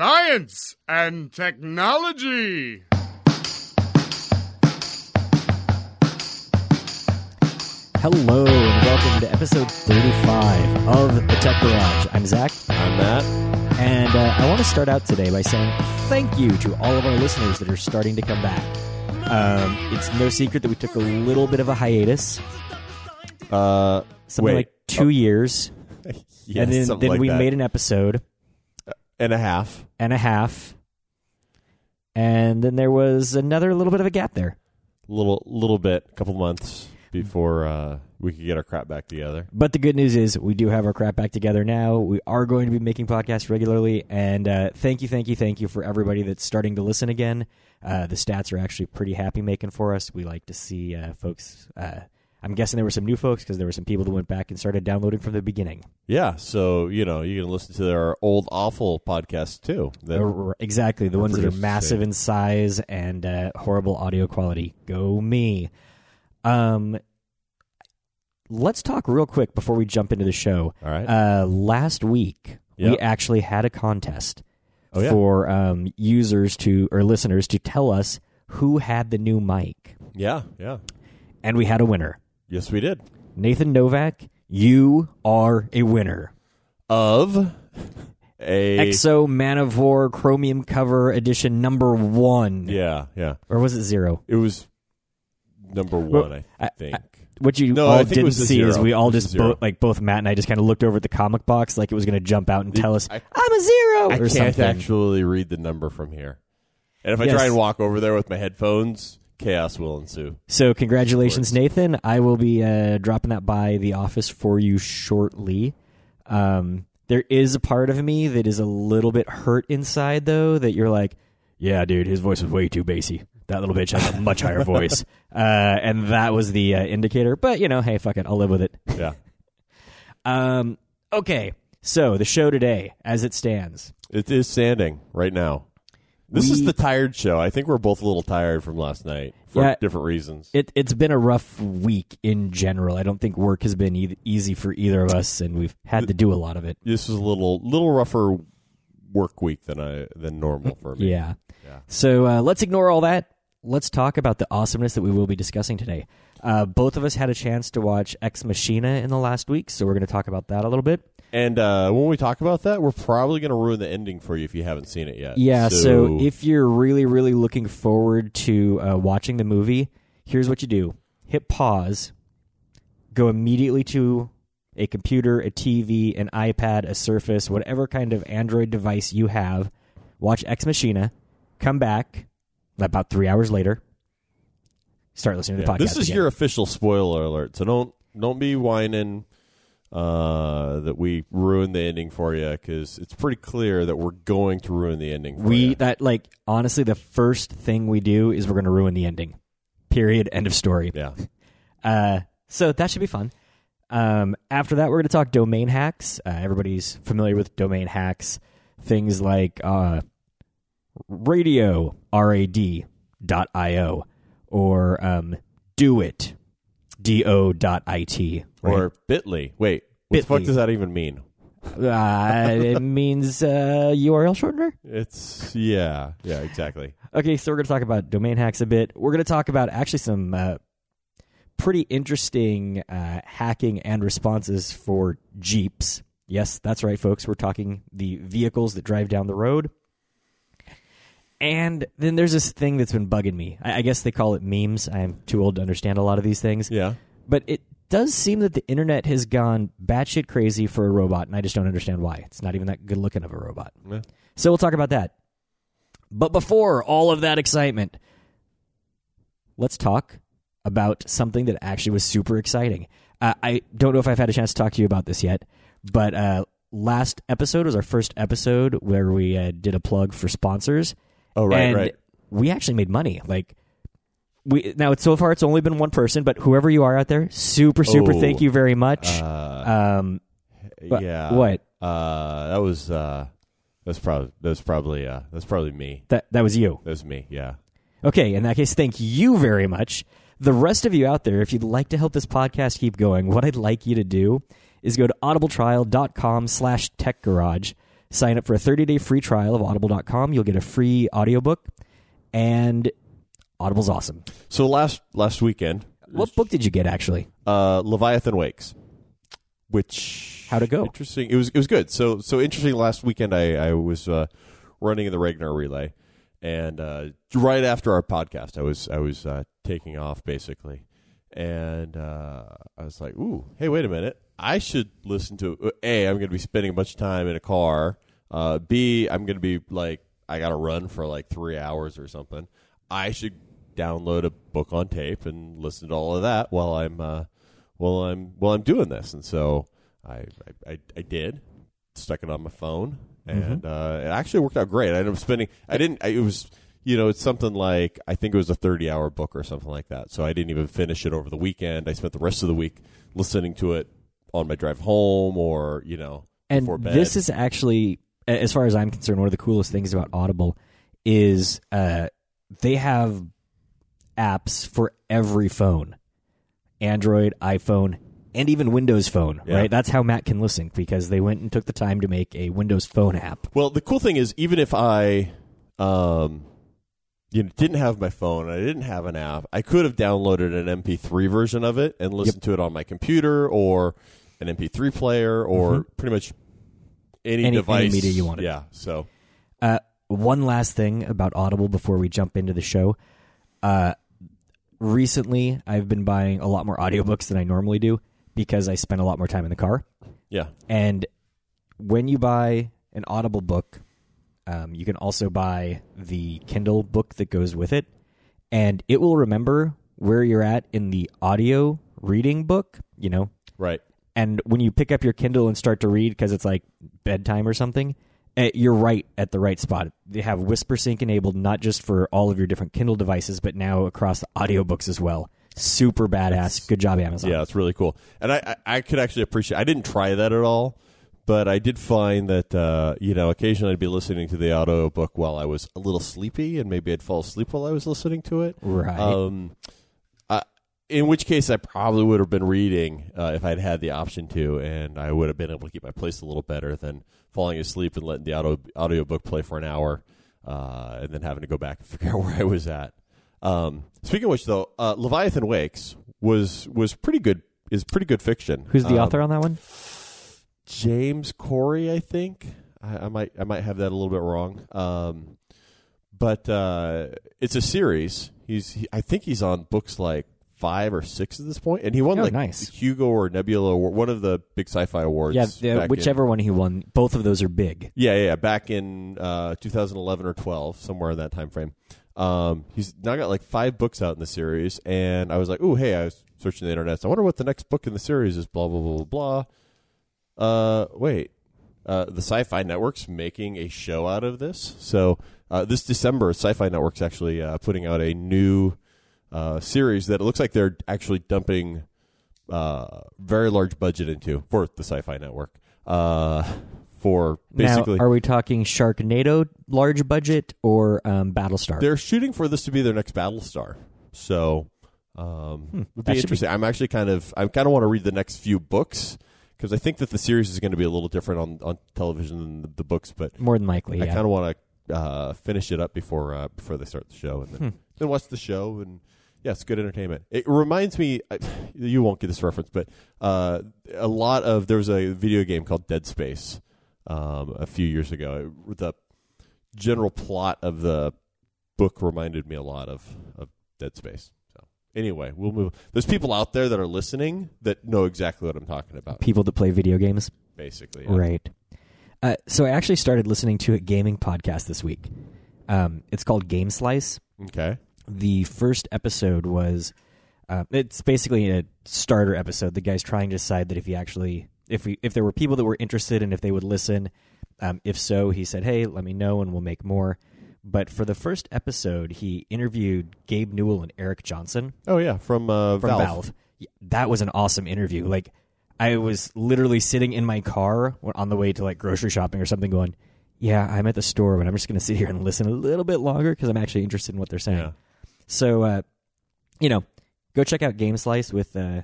Science and Technology. Hello and welcome to episode 35 of the Tech Garage. I'm Zach, I'm Matt. and uh, I want to start out today by saying thank you to all of our listeners that are starting to come back. Um, it's no secret that we took a little bit of a hiatus, Uh, something Wait. like two years, yeah, and then, something then like we that. made an episode and a half. and a half, and then there was another little bit of a gap there. Little little bit, a couple months before uh, we could get our crap back together. But the good news is we do have our crap back together now. We are going to be making podcasts regularly, and uh, thank you, thank you, thank you for everybody that's starting to listen again. Uh, the stats are actually pretty happy making for us. We like to see uh, folks. Uh, I'm guessing there were some new folks because there were some people that went back and started downloading from the beginning. Yeah, so you know you can listen to our old awful podcast too. That- Or- or- exactly the ones that are produced the massive same. in size and uh, horrible audio quality. Go me. Um, let's talk real quick before we jump into the show. all right. Uh, last week, we Yep. actually had a contest Oh, yeah. for um, users to or listeners to tell us who had the new mic, yeah, yeah. and we had a winner. Yes, we did. Nathan Novak, you are a winner. Of a Exo Manivore Chromium Cover Edition number one, yeah, yeah. or was it zero? It was number one, I think. What you No, I all think it didn't was a see is zero. we all It was just a zero. both like both Matt and I just kind of looked over at the comic box like it was going to jump out and tell us I, am a zero I or can't something. actually read the number from here. And if I Yes. try and walk over there with my headphones, chaos will ensue. So congratulations, Nathan. I will be uh, dropping that by the office for you shortly. Um, there is a part of me that is a little bit hurt inside, though, that you're like, yeah, dude, his voice was way too bassy. That little bitch has a much higher voice. Uh, and that was the uh, indicator. But, you know, hey, fuck it. I'll live with it. Yeah. Um, okay. So the show today, as it stands, It is sanding right now. This is We- the tired show. I think we're both a little tired from last night for Yeah. different reasons. it, it's been a rough week in general. I don't think work has been e- easy for either of us, and we've had to do a lot of it. This is a little little rougher work week than I than normal for me. Yeah. Yeah. So uh, let's ignore all that. Let's talk about the awesomeness that we will be discussing today. Uh, both of us had a chance to watch Ex Machina in the last week, so we're going to talk about that a little bit. And uh, when we talk about that, we're probably going to ruin the ending for you if you haven't seen it yet. Yeah, so, if you're really, really looking forward to uh, watching the movie, here's what you do hit pause, go immediately to a computer, a TV, an iPad, a Surface, whatever kind of Android device you have, watch Ex Machina, come back about three hours later, start listening to the Yeah. podcast. this is again. your official spoiler alert, so don't don't be whining uh, that we ruined the ending for you because it's pretty clear that we're going to ruin the ending. For We ya. that like honestly the first thing we do is we're going to ruin the ending. Period. End of story. yeah. Uh, so that should be fun. Um, after that, we're going to talk domain hacks. Uh, everybody's familiar with domain hacks. Things like uh, radio, R-A-D, dot I-O, or um, do it, D-O dot I-T. Or Bitly. Wait, what the fuck Bitly. does that even mean? uh, it means uh, URL shortener. It's yeah, yeah, exactly. Okay, so we're going to talk about domain hacks a bit. We're going to talk about actually some uh, pretty interesting uh, hacking and responses for Jeeps. Yes, that's right, folks. We're talking the vehicles that drive down the road. And then there's this thing that's been bugging me. I, I guess they call it memes. I'm too old to understand a lot of these things. Yeah. But it does seem that the internet has gone batshit crazy for a robot, and I just don't understand why. It's not even that good looking of a robot. Yeah. So we'll talk about that. But before all of that excitement, let's talk about something that actually was super exciting. Uh, I don't know if I've had a chance to talk to you about this yet, but uh, last episode was our first episode where we uh, did a plug for sponsors. Oh right, and right. We actually made money. Like we now, it's, so far it's only been one person, but whoever you are out there, super super, Oh, thank you very much. Uh, um, wha- yeah. what? Uh, that was uh, that's probably that's probably uh, that's probably me. that that was you. That was me. Yeah. Okay, in that case, thank you very much. The rest of you out there, if you'd like to help this podcast keep going, what I'd like you to do is go to audibletrial.com slash techgarage Sign up for a 30-day free trial of audible.com. You'll get a free audiobook and Audible's awesome. So last last weekend, What book did you get actually? uh, Leviathan Wakes, which How'd it go? Interesting. It was it was good. So so interesting. Last weekend, I I was uh, running in the Ragnar relay, and uh, right after our podcast, I was I was uh, taking off basically, and uh, I was like, "Ooh, hey, wait a minute! I should listen to a. I'm going to be spending a bunch of time in a car. Uh, B, I'm going to be like, I got to run for like three hours or something. I should download a book on tape and listen to all of that while I'm uh, while I'm while I'm doing this. And so I I, I, I did stuck it on my phone, Mm-hmm. and uh, it actually worked out great. I ended up spending. I didn't. I, it was you know it's something like I think it was a thirty-hour book or something like that. So I didn't even finish it over the weekend. I spent the rest of the week listening to it on my drive home, or you know, And before bed. this is actually, a- as far as I'm concerned, one of the coolest things about Audible is uh, they have apps for every phone Android, iPhone, and even Windows Phone, Yeah. right? That's how Matt can listen because they went and took the time to make a Windows Phone app. Well, the cool thing is, even if I, um, you know, didn't have my phone, I didn't have an app, I could have downloaded an MP3 version of it and listened to it on my computer or an MP3 player or pretty much any, Mm-hmm. any device media you wanted. Yeah. So Uh, one last thing about Audible before we jump into the show. Uh, recently, I've been buying a lot more audiobooks than I normally do because I spend a lot more time in the car. yeah, And when you buy an Audible book, um, you can also buy the Kindle book that goes with it, and it will remember where you're at in the audio reading book. You know, right. and when you pick up your Kindle and start to read because it's like bedtime or something, eh, you're right at the right spot. They have Whisper Sync enabled not just for all of your different Kindle devices, but now across the audiobooks as well. Super badass. Good job, Amazon. Yeah, it's really cool. And I, I, I could actually appreciate. I didn't try that at all, but I did find that uh, you know occasionally I'd be listening to the audiobook while I was a little sleepy, and maybe I'd fall asleep while I was listening to it. Right. Um, uh, in which case, I probably would have been reading uh, if I'd had the option to, and I would have been able to keep my place a little better than falling asleep and letting the audio audiobook play for an hour, uh, and then having to go back and figure out where I was at. Um, speaking of which, though, uh, Leviathan Wakes was was pretty good. Is pretty good fiction. Who's the Um, author on that one? James Corey, I think. I, I might I might have that a little bit wrong. Um, but uh, it's a series. He's he, I think he's on books like five or six at this point, and he won Oh, like nice. Hugo or Nebula or one of the big sci-fi awards. Yeah, back the, in- whichever one he won. Both of those are big. yeah, yeah, yeah, back in uh, 2011 or 12, somewhere in that time frame. Um, he's now got like five books out in the series, and I was like, "Ooh, hey!" I was searching the internet. So I wonder what the next book in the series is. Blah blah blah blah blah. Uh, wait, uh, the Sci-Fi Network's making a show out of this. So uh, this December, Sci-Fi Network's actually uh, putting out a new uh, series that it looks like they're actually dumping uh, very large budget into for the Sci-Fi Network. Uh, for basically, now, are we talking Sharknado large budget or um, Battlestar? they're shooting for this to be their next Battlestar. So um, it that should would be Hmm, be- interesting. I'm actually kind of I kind of want to read the next few books because I think that the series is going to be a little different on, on television than the, the books, but More than likely, I yeah. kind of want to uh, finish it up before uh, before they start the show, and Hmm. then, then watch the show. And yeah, it's good entertainment. It reminds me, I, you won't get this reference, but uh, a lot of there was a video game called Dead Space um, a few years ago. It, the general plot of the book reminded me a lot of of Dead Space. So anyway, we'll move. There's people out there that are listening that know exactly what I'm talking about. People that play video games. Basically, yeah. Right. Uh, so I actually started listening to a gaming podcast this week. Um, it's called Game Slice. Okay. The first episode was uh, it's basically a starter episode. The guy's trying to decide that if he actually if we if there were people that were interested and if they would listen. Um, if so, he said, "Hey, let me know and we'll make more." But for the first episode, he interviewed Gabe Newell and Eric Johnson Oh yeah, from uh, from Valve. Yeah, That was an awesome interview. Like I was literally sitting in my car when- on the way to like grocery shopping or something going, "Yeah, I'm at the store, but I'm just going to sit here and listen a little bit longer cuz I'm actually interested in what they're saying." Yeah. So uh you know, go check out Game Slice with uh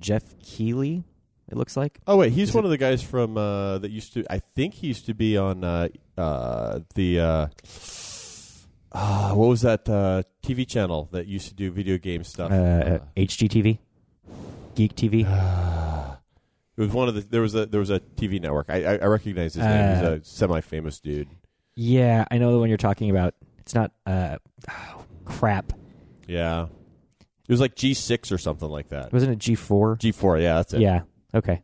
Jeff Keeley. It looks like Oh wait, he's Is one of the guys from uh, that used to. I think he used to be on uh, uh, the uh, uh, what was that uh, TV channel that used to do video game uh, stuff? HGTV, Geek TV. it was one of the there was a there was a TV network. I I, I recognize his name. He's Uh, a semi-famous dude. Yeah, I know the one you're talking about. It's not uh, crap. Yeah, it was like G six or something like that. Wasn't it G four? G four, yeah, that's it. Yeah. Okay.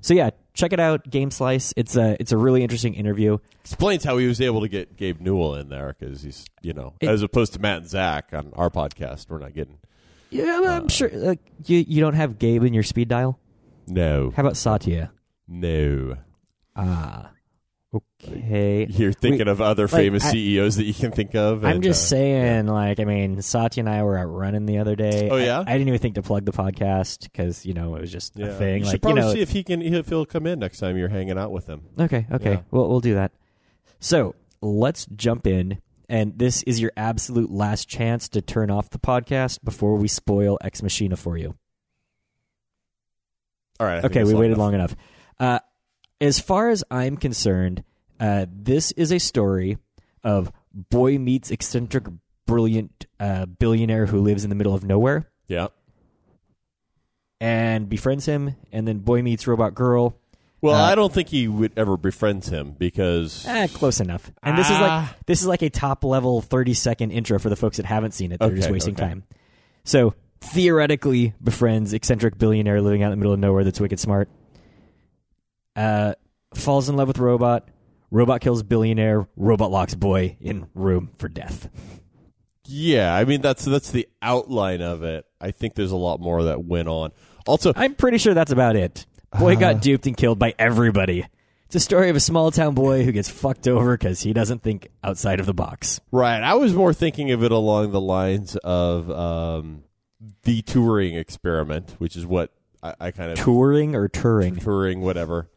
So yeah, check it out. Game Slice. It's a it's a really interesting interview. explains how he was able to get Gabe Newell in there because he's you know It- as opposed to Matt and Zach on our podcast, we're not getting Yeah, I'm, I'm sure. Like you, you don't have Gabe in your speed dial. no How about Satya? no. Ah, okay. You're thinking of other famous I- CEOs that you can think of. I'm and, just uh, saying, like, I mean, Satya and I were out running the other day. Oh, yeah? I, I didn't even think to plug the podcast because you know it was just yeah. a thing. You like, should probably you know, see if he can if he'll come in next time you're hanging out with him. Okay, okay. Yeah. Well, we'll do that. So let's jump in, and this is your absolute last chance to turn off the podcast before we spoil Ex Machina for you. All right. I think okay, that's we long waited enough. long enough. Uh, as far as I'm concerned, uh, this is a story of boy meets eccentric, brilliant uh, billionaire who lives in the middle of nowhere Yeah. and befriends him, and then boy meets robot girl. Well, Uh, I don't think he would ever befriend him because. Eh, close enough. And this is Ah. like this is like a top level thirty second intro for the folks that haven't seen it. They're just Okay, wasting okay. time. So theoretically, befriends eccentric billionaire living out in the middle of nowhere that's wicked smart. Uh, falls in love with robot. Robot kills billionaire. Robot locks boy in room for death. Yeah, I mean that's that's the outline of it. I think there's a lot more that went on. Also, I'm pretty sure that's about it. Boy Uh. got duped and killed by everybody. It's a story of a small town boy who gets fucked over because he doesn't think outside of the box. Right. I was more thinking of it along the lines of um, the touring experiment, which is what I, I kind of Touring or touring? touring, whatever.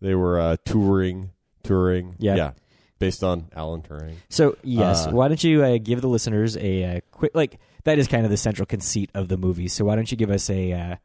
They were uh, touring, touring. Yeah. Yeah. Based on Alan Turing. So yes, Uh, why don't you uh, give the listeners a, uh quick like that is kind of the central conceit of the movie. So why don't you give us a uh,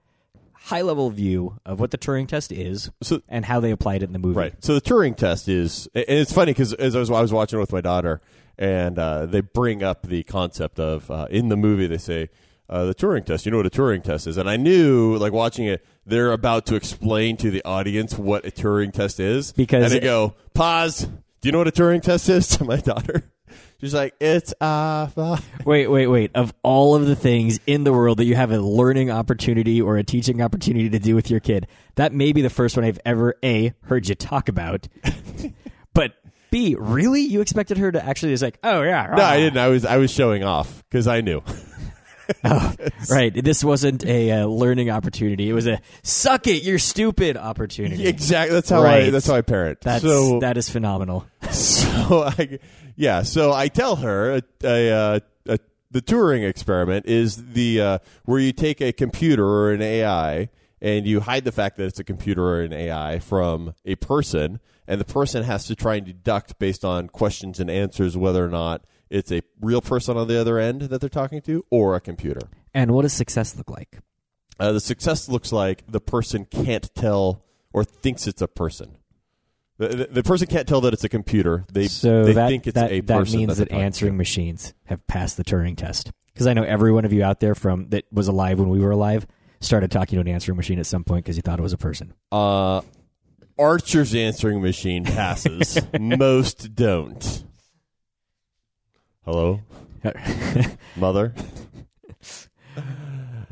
high level view of what the Turing test is So- and how they applied it in the movie? Right. So the Turing test is, and it's funny because as I was, I was watching it with my daughter, and uh, they bring up the concept of uh, in the movie they say uh, the Turing test. You know what a Turing test is, and I knew like watching it, they're about to explain to the audience what a Turing test is Because- and they go pause. Do you know what a Turing test is? To my daughter, she's like, it's uh, uh, Wait, wait, wait. Of all of the things in the world that you have a learning opportunity or a teaching opportunity to do with your kid, that may be the first one I've ever a heard you talk about. but B, really? You expected her to actually just like, oh yeah. no, I didn't. I was I was showing off because I knew. Right. This wasn't a uh, learning opportunity. It was a suck it, you're stupid opportunity. exactly. That's how I. Right. That's how I parent. That's so, that is phenomenal. so I, yeah, so I tell her a, a, uh a, the Turing experiment is the uh, where you take a computer or an AI and you hide the fact that it's a computer or an AI from a person, and the person has to try and deduct based on questions and answers whether or not it's a real person on the other end that they're talking to or a computer. And what does success look like? Uh, the success looks like the person can't tell or thinks it's a person. The, the, the person can't tell that it's a computer. They, So they that think it's that, a that person. means they're that talking to. answering machines have passed the Turing test. Because I know every one of you out there from that was alive when we were alive started talking to an answering machine at some point because you thought it was a person. Uh, Archer's answering machine passes. Most don't. Hello, I mother.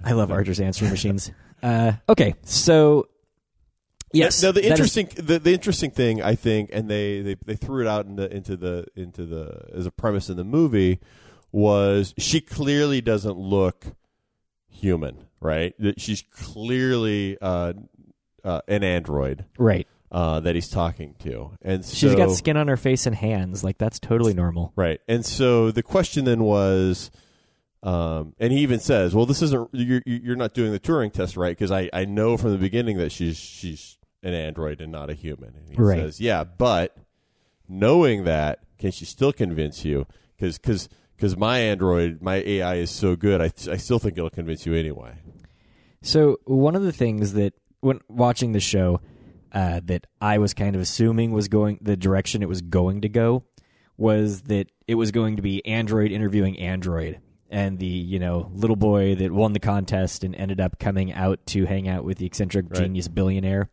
love Archer's answering machines. Uh, okay, so yes, Now the that is- interesting, the, the interesting thing I think, and they, they, they threw it out in the, into the into the as a premise in the movie was she clearly doesn't look human, right? That She's clearly uh, uh, an android right. uh, that he's talking to, and She's so, got skin on her face and hands. Like that's totally normal. Right. And so the question then was, um, and he even says, "Well, this isn't you're you're not doing the Turing test, right? Because I I know from the beginning that she's she's an android and not a human." And he Right. says, "Yeah, but knowing that, can she still convince you? Because because because my android, my AI is so good, I I still think it'll convince you anyway." So one of the things that when watching the show uh, that I was kind of assuming was going the direction it was going to go was that it was going to be Android interviewing Android and the you know little boy that won the contest and ended up coming out to hang out with the eccentric Right. genius billionaire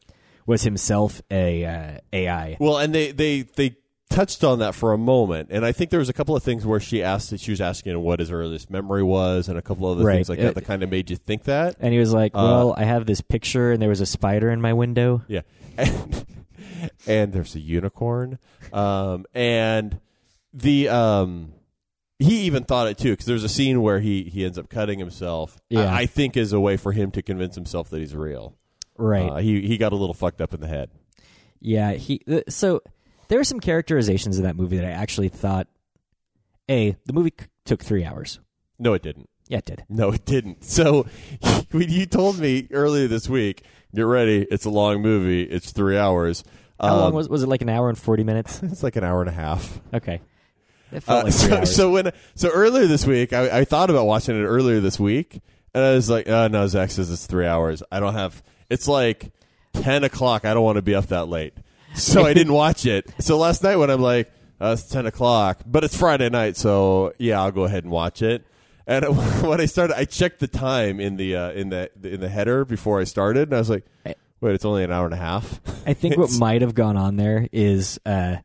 was himself a uh, AI. Well, and they they they touched on that for a moment, and I think there was a couple of things where she asked she was asking what his earliest memory was, and a couple other Right. things like Uh, that that kind of made you think that. And he was like, Uh, "Well, I have this picture, and there was a spider in my window." Yeah, and, and there's a unicorn, um, and the um. He even thought it too, because there's a scene where he, he ends up cutting himself. Yeah. I, I think is a way for him to convince himself that he's real. Right. Uh, he he got a little fucked up in the head. Yeah, he. th- So there were some characterizations in that movie that I actually thought. A, the movie c- took three hours. No, it didn't. Yeah, it did. No, it didn't. So when you told me earlier this week, get ready, it's a long movie, it's three hours. How long Um, was was it? Like an hour and forty minutes. it's like an hour and a half. Okay, it felt Uh, like three so, hours. so when so earlier this week, I, I thought about watching it earlier this week, and I was like, oh, no, Zach says it's three hours. I don't have. It's like ten o'clock. I don't want to be up that late, so I didn't watch it. So last night when I'm like, uh, it's ten o'clock, but it's Friday night, so yeah, I'll go ahead and watch it. And when I started, I checked the time in the uh, in the in the header before I started, and I was like, wait, it's only an hour and a half. I think what it's- might have gone on there is uh,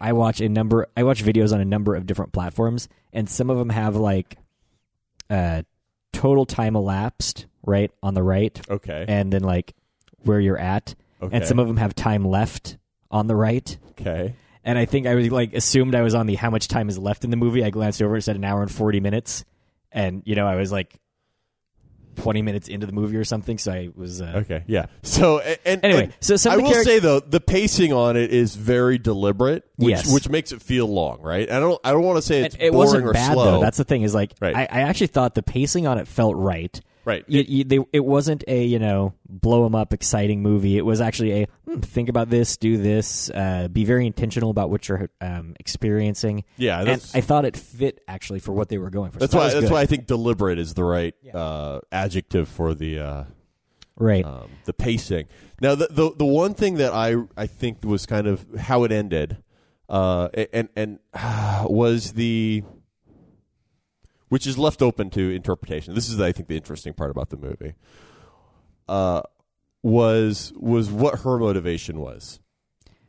I watch a number. I watch videos on a number of different platforms, and some of them have like uh, total time elapsed right on the right, Okay, and then like where you're at, okay, and some of them have time left on the right. okay. and I think I was like assumed I was on the how much time is left in the movie. I glanced over, it said an hour and forty minutes, and you know I was like twenty minutes into the movie or something. So I was uh, Okay, yeah. So a- and Anyway, and so some I of the will charac- say though the pacing on it is very deliberate, which, Yes. which makes it feel long, right? I don't I don't want to say and it's it boring wasn't or bad slow. though. That's the thing is like Right. I, I actually thought the pacing on it felt right. right. You, you, they, it wasn't a you know blow 'em up exciting movie. It was actually a hmm, think about this, do this, uh, be very intentional about what you're um, experiencing. yeah, And that's, I thought it fit actually for what they were going for. So that's that why was that's good. why I think deliberate is the right uh, adjective for the uh, right. um, the pacing. Now, the, the the one thing that I I think was kind of how it ended, uh, and and was the which is left open to interpretation. This is I think the interesting part about the movie. Uh, was was what her motivation was.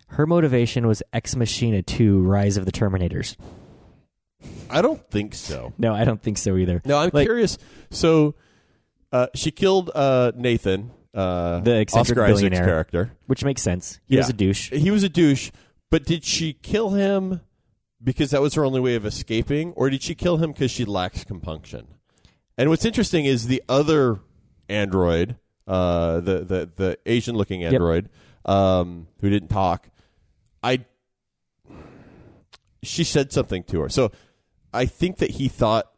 Her motivation was Ex Machina 2 Rise of the Terminators. I don't think so. No, I don't think so either. No, I'm Like- curious. So, uh, she killed uh, Nathan, uh, The eccentric Oscar Isaac's billionaire. character. Which makes sense. He was Yeah. a douche. he was a douche, but did she kill him because that was her only way of escaping, or did she kill him because she lacks compunction? And what's interesting is the other android, uh, the the the Asian looking android, um, who didn't talk. I she said something to her, so I think that he thought.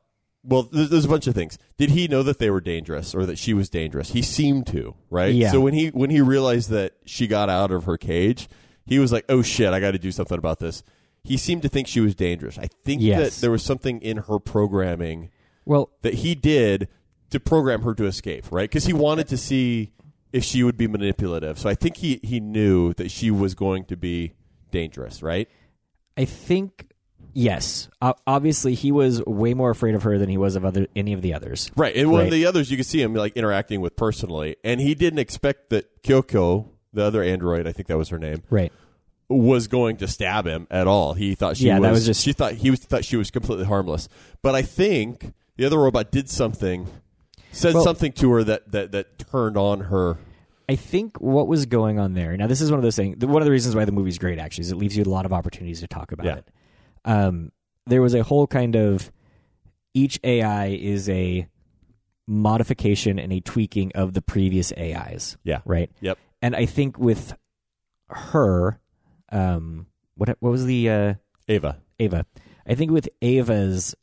Well, there's, there's a bunch of things. Did he know that they were dangerous or that she was dangerous? He seemed to, right? Yeah. So when he when he realized that she got out of her cage, he was like, "Oh shit, I got to do something about this." He seemed to think she was dangerous. I think Yes. that there was something in her programming Well, that he did to program her to escape, right? Because he wanted to see if she would be manipulative. So I think he he knew that she was going to be dangerous, right? I think yes. O- obviously, he was way more afraid of her than he was of other any of the others. Right. And one Right. of the others you could see him like interacting with personally, and he didn't expect that Kyoko, the other android, I think that was her name, Right. was going to stab him at all. He thought she Yeah, was, that was just- she thought he was thought she was completely harmless. But I think the other robot did something said Well- something to her that, that that turned on her. I think what was going on there. Now, this is one of those things. th- One of the reasons why the movie's great, actually, is it leaves you a lot of opportunities to talk about Yeah. it. Um, there was a whole kind of each AI is a modification and a tweaking of the previous AIs. Yeah. Right. Yep. And I think with her, um, what what was the uh, Ava. Ava? I think with Ava's,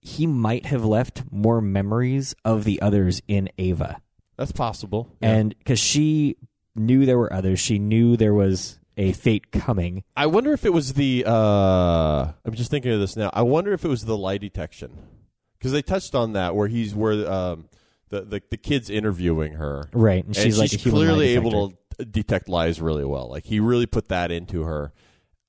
he might have left more memories of the others in Ava That's possible. and because she knew there were others, she knew there was a fate coming. I wonder if it was the. Uh, I'm just thinking of this now. I wonder if it was the lie detection because they touched on that where he's where um, the the, the kid's interviewing her, Right, and she's and like she's a human lie clearly detector. able to detect lies really well. Like he really put that into her,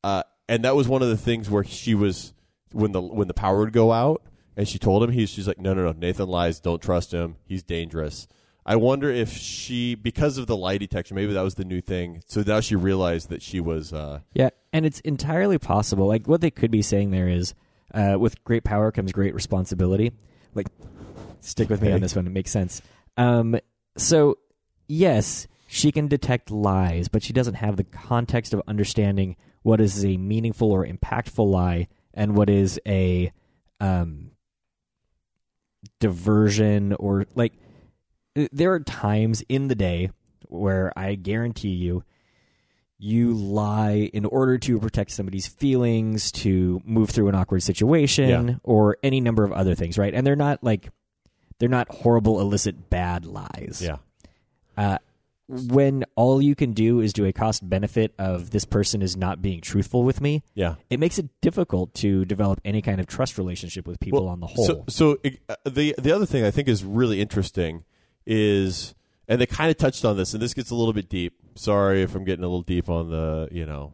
uh, and that was one of the things where she was when the when the power would go out, and she told him he's she's like, no, no, no, Nathan lies. Don't trust him. He's dangerous. I wonder if she because of the lie detection, maybe that was the new thing. So now she realized that she was. Uh, Yeah, and it's entirely possible. Like what they could be saying there is, uh, with great power comes great responsibility. Like, stick with me on this one; it makes sense. Um, so yes, she can detect lies, but she doesn't have the context of understanding what is a meaningful or impactful lie and what is a um, diversion or like. There are times in the day where I guarantee you you lie in order to protect somebody's feelings, to move through an awkward situation, Yeah. or any number of other things, right? And they're not like they're not horrible, illicit, bad lies. Uh, when all you can do is do a cost benefit of this person is not being truthful with me, yeah. it makes it difficult to develop any kind of trust relationship with people on the whole. So, so it- uh, the the other thing I think is really interesting is, and they kind of touched on this, and this gets a little bit deep. Sorry if I'm getting a little deep on the you know,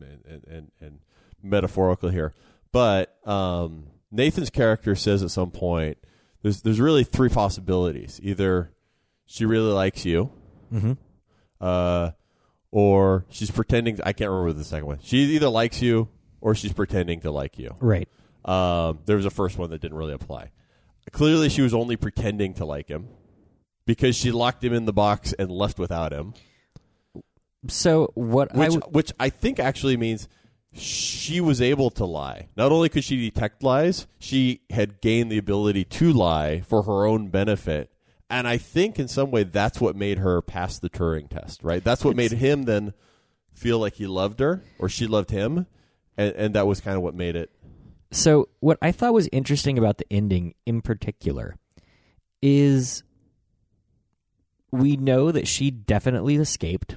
and and and, and metaphorical here, but um, Nathan's character says at some point, there's there's really three possibilities: either she really likes you, Mhm. uh, or she's pretending. I can't remember the second one. She either likes you or she's pretending to like you. right. Um, there was a first one that didn't really apply. Clearly, she was only pretending to like him because she locked him in the box and left without him, So what I which, w- which I think actually means she was able to lie. Not only could she detect lies, she had gained the ability to lie for her own benefit. And I think in some way that's what made her pass the Turing test, right? That's what made him then feel like he loved her or she loved him. And, and that was kind of what made it. So, what I thought was interesting about the ending in particular is we know that she definitely escaped.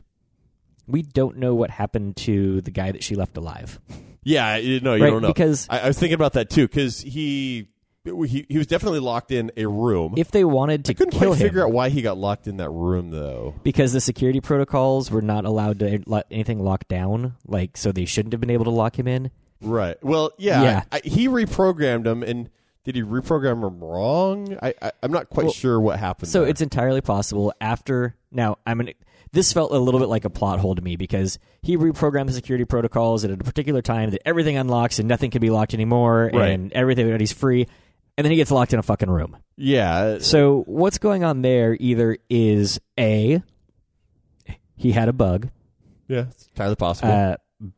We don't know what happened to the guy that she left alive. Yeah, you no, you Right, don't know because- I, I was thinking about that too because he, he he was definitely locked in a room. If they wanted to couldn't kill quite him, figure out why he got locked in that room though. because the security protocols were not allowed to let anything lock down, like so they shouldn't have been able to lock him in. Right. Well, yeah, Yeah. I, he reprogrammed him, and did he reprogram him wrong? I, I I'm not quite sure what happened. So there. it's entirely possible after now I'm an this felt a little bit like a plot hole to me because he reprogrammed the security protocols at a particular time that everything unlocks and nothing can be locked anymore Right. and everything everybody's free and then he gets locked in a fucking room. yeah. uh, So what's going on there either is A he had a bug, yeah, it's entirely possible. uh,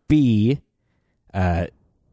B uh,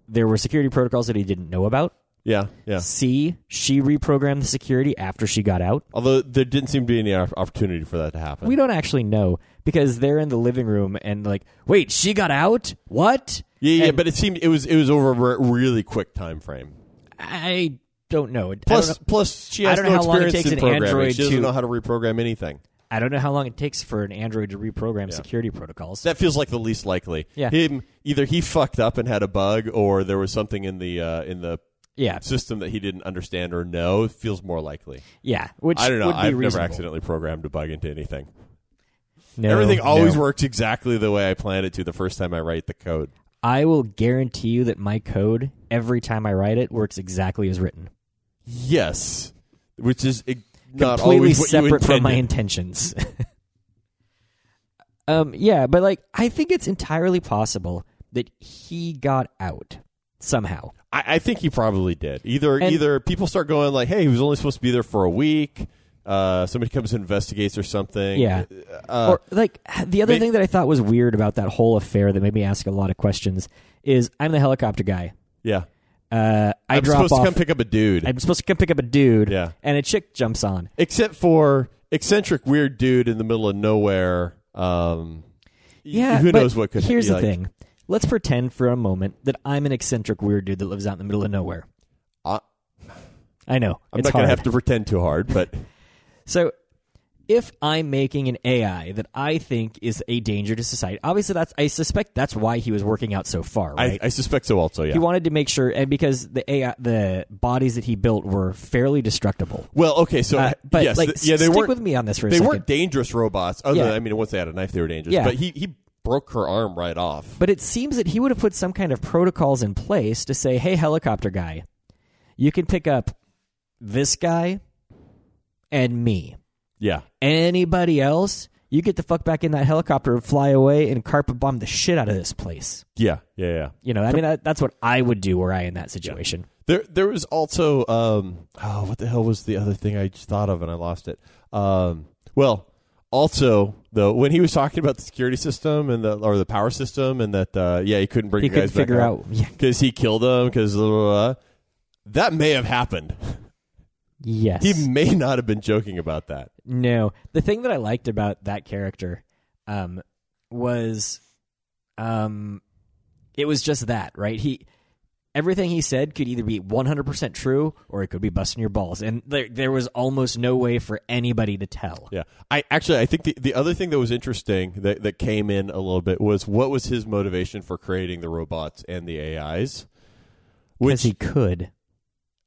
there were security protocols that he didn't know about. yeah, yeah. C, she reprogrammed the security after she got out. Although there didn't seem to be any op- opportunity for that to happen. We don't actually know because they're in the living room and like, wait, she got out? What? yeah, yeah, And but it seemed it was it was over a really quick time frame. I don't know. I don't Plus, know- plus she I has don't know no how long it experience takes in an programming. Android she doesn't to- know how to reprogram anything. I don't know how long it takes for an Android to reprogram security protocols. That feels like the least likely. Yeah. Him either he fucked up and had a bug or there was something in the uh, in the yeah, system that he didn't understand or know feels more likely. yeah. Which I don't know. Would be I've never reasonable. accidentally programmed a bug into anything. No, Everything always no. works exactly the way I planned it to the first time I write the code. I will guarantee you that my code every time I write it works exactly as written, Yes. Which is ig- not completely always what you separate from my intended. intentions. um, yeah, but like, I think it's entirely possible that he got out somehow. I, I think he probably did. Either And- either people start going like, "Hey, he was only supposed to be there for a week." Uh, somebody comes and investigates or something. Yeah. Uh, or like the other may- thing that I thought was weird about that whole affair that made me ask a lot of questions is I'm the helicopter guy. yeah. Uh, I I'm drop supposed off. to come pick up a dude. I'm supposed to come pick up a dude. Yeah. And a chick jumps on. except for eccentric weird dude in the middle of nowhere. Um, Yeah. who but knows what could Here's be the like. thing. Let's pretend for a moment that I'm an eccentric weird dude that lives out in the middle of nowhere. I- I know. I'm it's Uh, hard. not gonna have to pretend too hard, but So if I'm making an AI that I think is a danger to society, obviously that's I suspect that's why he was working out so far, right? I, I suspect so. Also, yeah. he wanted to make sure, and because the AI, the bodies that he built were fairly destructible. well, okay. So Uh, but yes, like, th- yeah, they stick weren't. with me on this for a they second. weren't dangerous robots. Other Yeah. than I mean, once they had a knife, they were dangerous. Yeah. But he he broke her arm right off. But it seems that he would have put some kind of protocols in place to say, hey, helicopter guy, you can pick up this guy and me. Yeah. Anybody else, you get the fuck back in that helicopter and fly away and carpet bomb the shit out of this place. Yeah. Yeah. Yeah. You know, I mean, that, that's what I would do were I in that situation. There, there was also um, oh, what the hell was the other thing I just thought of and I lost it. Um, well, also though, when he was talking about the security system and the or the power system and that, uh, yeah, he couldn't bring He you couldn't guys figure back out. Yeah. because he killed them because that may have happened. Yes. He may not have been joking about that. No. The thing that I liked about that character um, was um, it was just that, right? He everything he said could either be 100% true or it could be busting your balls and there there was almost no way for anybody to tell. Yeah, I actually I think the, the other thing that was interesting that that came in a little bit was what was his motivation for creating the robots and the AIs? Because Which he could.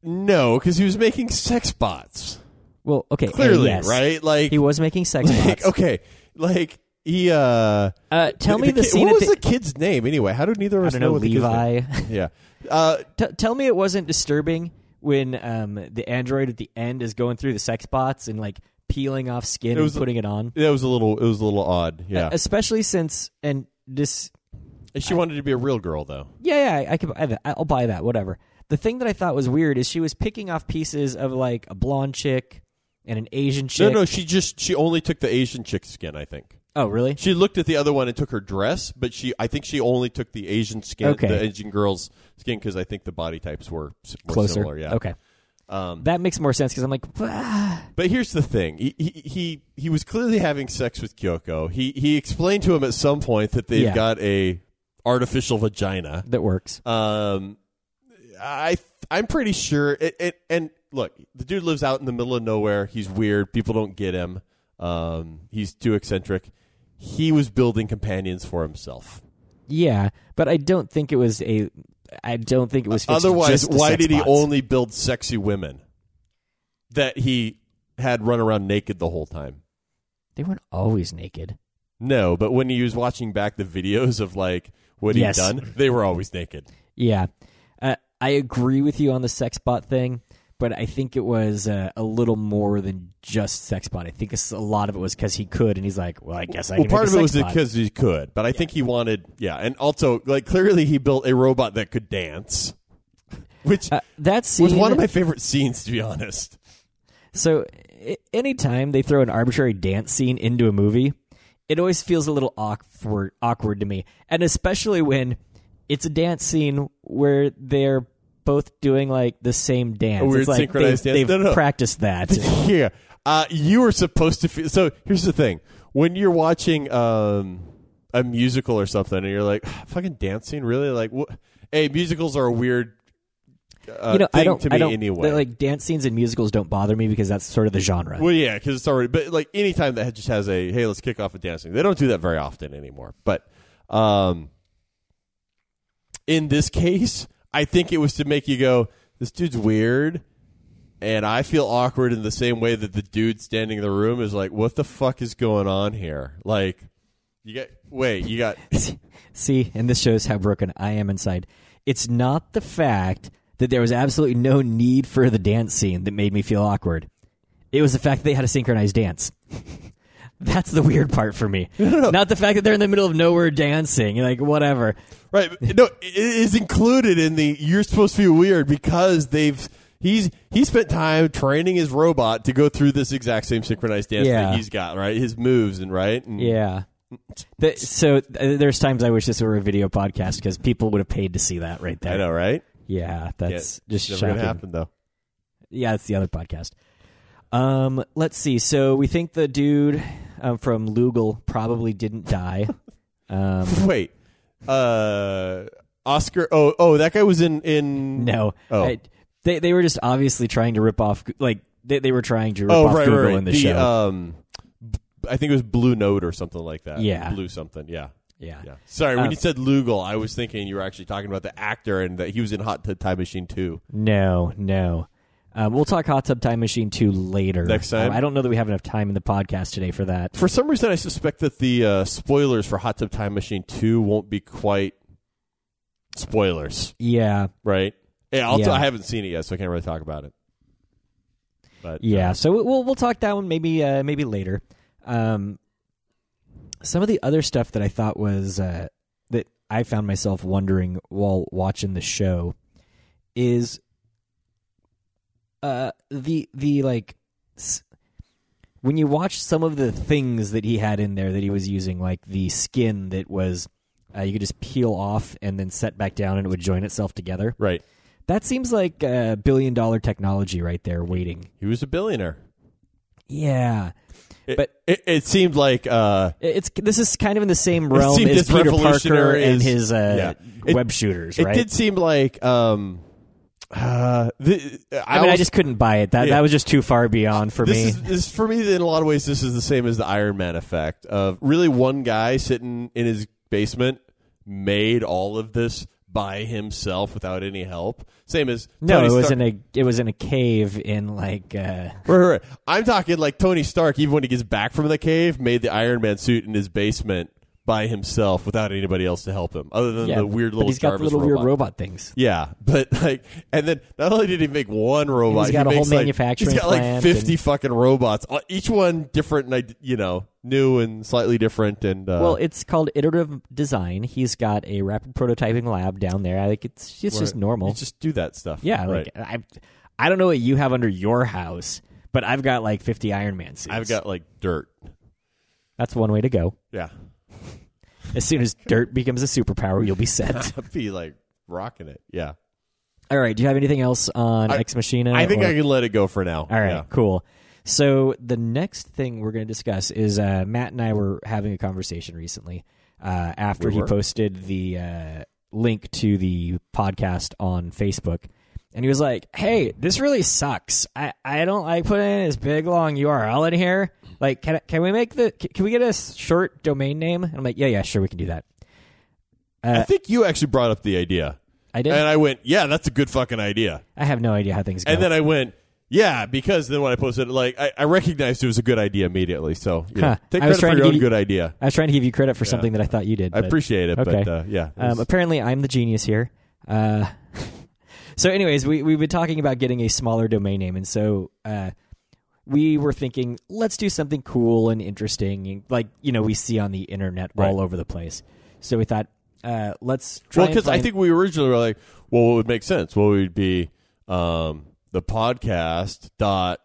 no, because he was making sex bots. Well, okay. A, clearly, yes. right? Like, He was making sex like, bots. okay, like he. uh uh, tell me the- the, the kid- scene What at was the- the kid's name anyway? How do neither of I us don't know what the kid's name- Levi. Yeah, uh, T- tell me it wasn't disturbing when um, the android at the end is going through the sex bots and like peeling off skin It was- and putting it on. that was a little. It was a little odd. Yeah, especially since and this And she wanted to be a real girl though. yeah yeah I could I- I'll buy that whatever. The thing that I thought was weird is she was picking off pieces of like a blonde chick and an Asian chick. No, no, she just she only took the Asian chick's skin. I think Oh really? she looked at the other one and took her dress, but she I think she only took the Asian skin, Okay. the Asian girl's skin, because I think the body types were, s- were Closer. similar. Yeah. Okay. Um, That makes more sense because I'm like, "Ah." But here's the thing: he, he he he was clearly having sex with Kyoko. He he explained to him at some point that they've Yeah. got a artificial vagina. that works. Um, I I'm pretty sure it, it. And look, the dude lives out in the middle of nowhere. He's weird. People don't get him. Um, he's too eccentric. He was building companions for himself. Yeah, but I don't think it was a. I don't think it was. fixed Otherwise, just to why sex did he bots. only build sexy women that he had run around naked the whole time? They weren't always naked. No, but when he was watching back the videos of like what he'd Yes. done, they were always naked. Yeah, uh, I agree with you on the sex bot thing, but I think it was uh, a little more than just sex bot. I think it's- a lot of it was because he could, and he's like, "Well, I guess I." well, can part make of a it sex was bot." because he could, but I think he wanted, yeah, and also like clearly he built a robot that could dance, which uh, that scene was one of my favorite scenes, to be honest. So i- anytime they throw an arbitrary dance scene into a movie, it always feels a little awkward awkward to me. And especially when it's a dance scene where they're both doing like the same dance. A weird it's like synchronized they've, dance? They've No, no. practiced that. yeah, uh, you were supposed to feel. So here's the thing: when you're watching um, a musical or something, and you're like, "Ah, "Fucking dancing, really?" Like, wh- hey, musicals are a weird. Uh, you know, thing I don't to me I don't anyway. the, like dance scenes in musicals don't bother me because that's sort of the genre. Well, yeah, because it's already. But like anytime that just has a hey, let's kick off with dancing. They don't do that very often anymore. But um, in this case, I think it was to make you go, "This dude's weird," and I feel awkward in the same way that the dude standing in the room is like, "What the fuck is going on here?" Like, you got wait, you got See, and this shows how broken I am inside. It's not the fact that there was absolutely no need for the dance scene that made me feel awkward. It was the fact that they had a synchronized dance. That's the weird part for me. Not the fact that they're in the middle of nowhere dancing, like whatever. Right. but- No, it is included in the you're supposed to be weird because they've he's he spent time training his robot to go through this exact same synchronized dance Yeah. that he's got, right? His moves and right? And Yeah. The- so th- there's times I wish this were a video podcast because people would have paid to see that right there. I know, right? Yeah, that's Yeah, just never shocking. gonna happen though. Yeah, it's the other podcast. Um, let's see. So we think the dude um, from Lugal probably didn't die. Um, Wait. Uh Oscar oh oh that guy was in in no, Oh. I- they they were just obviously trying to rip off like they, they were trying to rip Oh off right, Google right, right. in the, show. um I think it was Blue Note or something like that. Yeah. Blue something. Yeah. Yeah. Yeah. Sorry, when Um, you said Lugal, I was thinking you were actually talking about the actor and that he was in Hot Tub Time Machine too. No, no. Um, we'll talk Hot Tub Time Machine 2 later. Next time? Um, I don't know that we have enough time in the podcast today for that. For some reason, I suspect that the uh, spoilers for Hot Tub Time Machine 2 won't be quite spoilers, Yeah. right? Yeah, I'll t- Yeah. I haven't seen it yet, so I can't really talk about it. But Yeah, so we- we'll we'll talk that one maybe uh, maybe later. Um, some of the other stuff that I thought was uh, that I found myself wondering while watching the show is uh, the the like s- when you watch some of the things that he had in there that he was using, like the skin that was uh, you could just peel off and then set back down and it would join itself together. Right. That seems like uh, billion dollar technology right there waiting. He was a billionaire. Yeah, It- But- it, it seemed like uh, It- it's this is kind of in the same realm seemed as as Peter Parker revolutionary and as- his uh, yeah. It- web shooters, it right? did seem like um, uh, th- I, mean, I almost- just couldn't buy it. That Yeah. that was just too far beyond for this me. Is, this for me in a lot of ways this is the same as the Iron Man effect of really one guy sitting in his basement made all of this by himself without any help. Same as no, Tony it was Stark. in a it was in a cave in like uh, Right, right, right. I'm talking like Tony Stark. Even when he gets back from the cave, made the Iron Man suit in his basement by himself without anybody else to help him, other than yeah, the weird but little he's got the Jarvis little robot. weird robot things. Yeah, but like, and then not only did he make one robot, He's got he a whole makes, like- manufacturing He's got plant like fifty and- fucking robots, uh, each one different, and I- you know, new and slightly different. And uh, Well, it's called iterative design. He's got a rapid prototyping lab down there. I think it's it's just right. normal. You just do that stuff. yeah, right. like I I don't know what you have under your house, but I've got like 50 Iron Man suits. I've got like dirt. That's one way to go. Yeah, As soon as dirt becomes a superpower, you'll be set. I'd be like rocking it. Yeah, All right. Do you have anything else on I- Ex Machina? I think or- I can let it go for now. All right. Yeah. Cool. So the next thing we're going to discuss is uh, Matt and I were having a conversation recently uh, after We he were? posted the uh, link to the podcast on Facebook, and he was like, "Hey, this really sucks. I, I don't like putting this big long URL in here. Like, can I- can we make the can we get a short domain name?" And I'm like, "Yeah, yeah, sure, we can do that." Uh, I think you actually brought up the idea, I did. and I went, "Yeah, that's a good fucking idea." I have no idea how things go. And then I went, "Yeah," because then when I posted, it, like, I, I recognized it was a good idea immediately. So you know, Huh. take I was credit for trying to your own give you- good idea. I was trying to give you credit for something that I thought you did. I but- appreciate it, Okay. but uh, yeah, it Um, was- apparently, I'm the genius here. Uh, so, anyways, we we've been talking about getting a smaller domain name, and so uh, we were thinking, let's do something cool and interesting, and like you know we see on the internet Right. all over the place. So we thought, uh, let's try. well, and because I find- think we originally were like, well, what would make sense? Well, it would be um, the podcast dot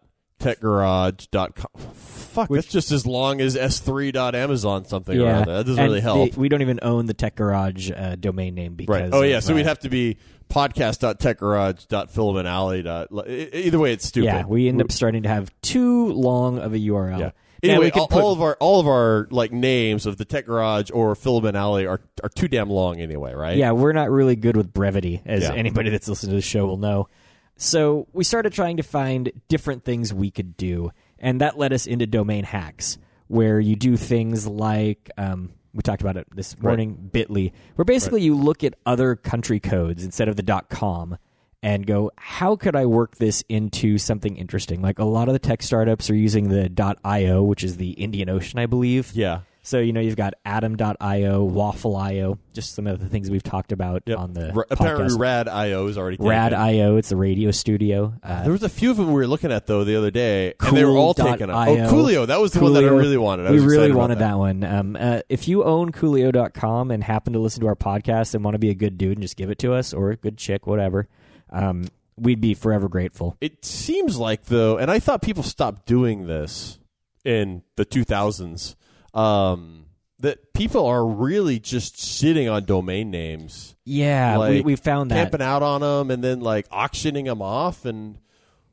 techgarage dot com. Fuck, Which- that's just as long as s three dot amazon something or yeah, other. That doesn't and really help, the- we don't even own the Tech Garage uh, domain name because right? Oh yeah, of, so we'd uh, have to be podcast dot techgarage dot filament alley dot. e- Either way, it's stupid. yeah we end up starting to have too long of a URL. Yeah. Now, Anyway, we could all, put- all of our all of our like names of the Tech Garage or Filament Alley are are too damn long anyway, right? Yeah, we're not really good with brevity, as Yeah. anybody that's listened to the show will know. So we started trying to find different things we could do, and that led us into domain hacks, where you do things like um, we talked about it this morning, Bitly, where basically you look at other country codes instead of the dot .com and go, how could I work this into something interesting? Like a lot of the tech startups are using the dot .io, which is the Indian Ocean, I believe. Yeah. So you know you've got Atom.io, Waffle.io, just some of the things we've talked about Yep. on the R- apparently podcast. Rad IO is already taken. Rad.io, it's a radio studio. Uh, There was a few of them we were looking at though the other day, and they were all taken up. Oh, Cool.io. Coolio, that was the one that I Coolio. really wanted. I we was excited really about wanted that, one. Um, uh, if you own Coolio.com and happen to listen to our podcast and want to be a good dude and just give it to us or a good chick, whatever, um, we'd be forever grateful. It seems like though, and I thought people stopped doing this in the 2000s. Um, that people are really just sitting on domain names. Yeah, we, Like, we found that. camping out on them and then like auctioning them off and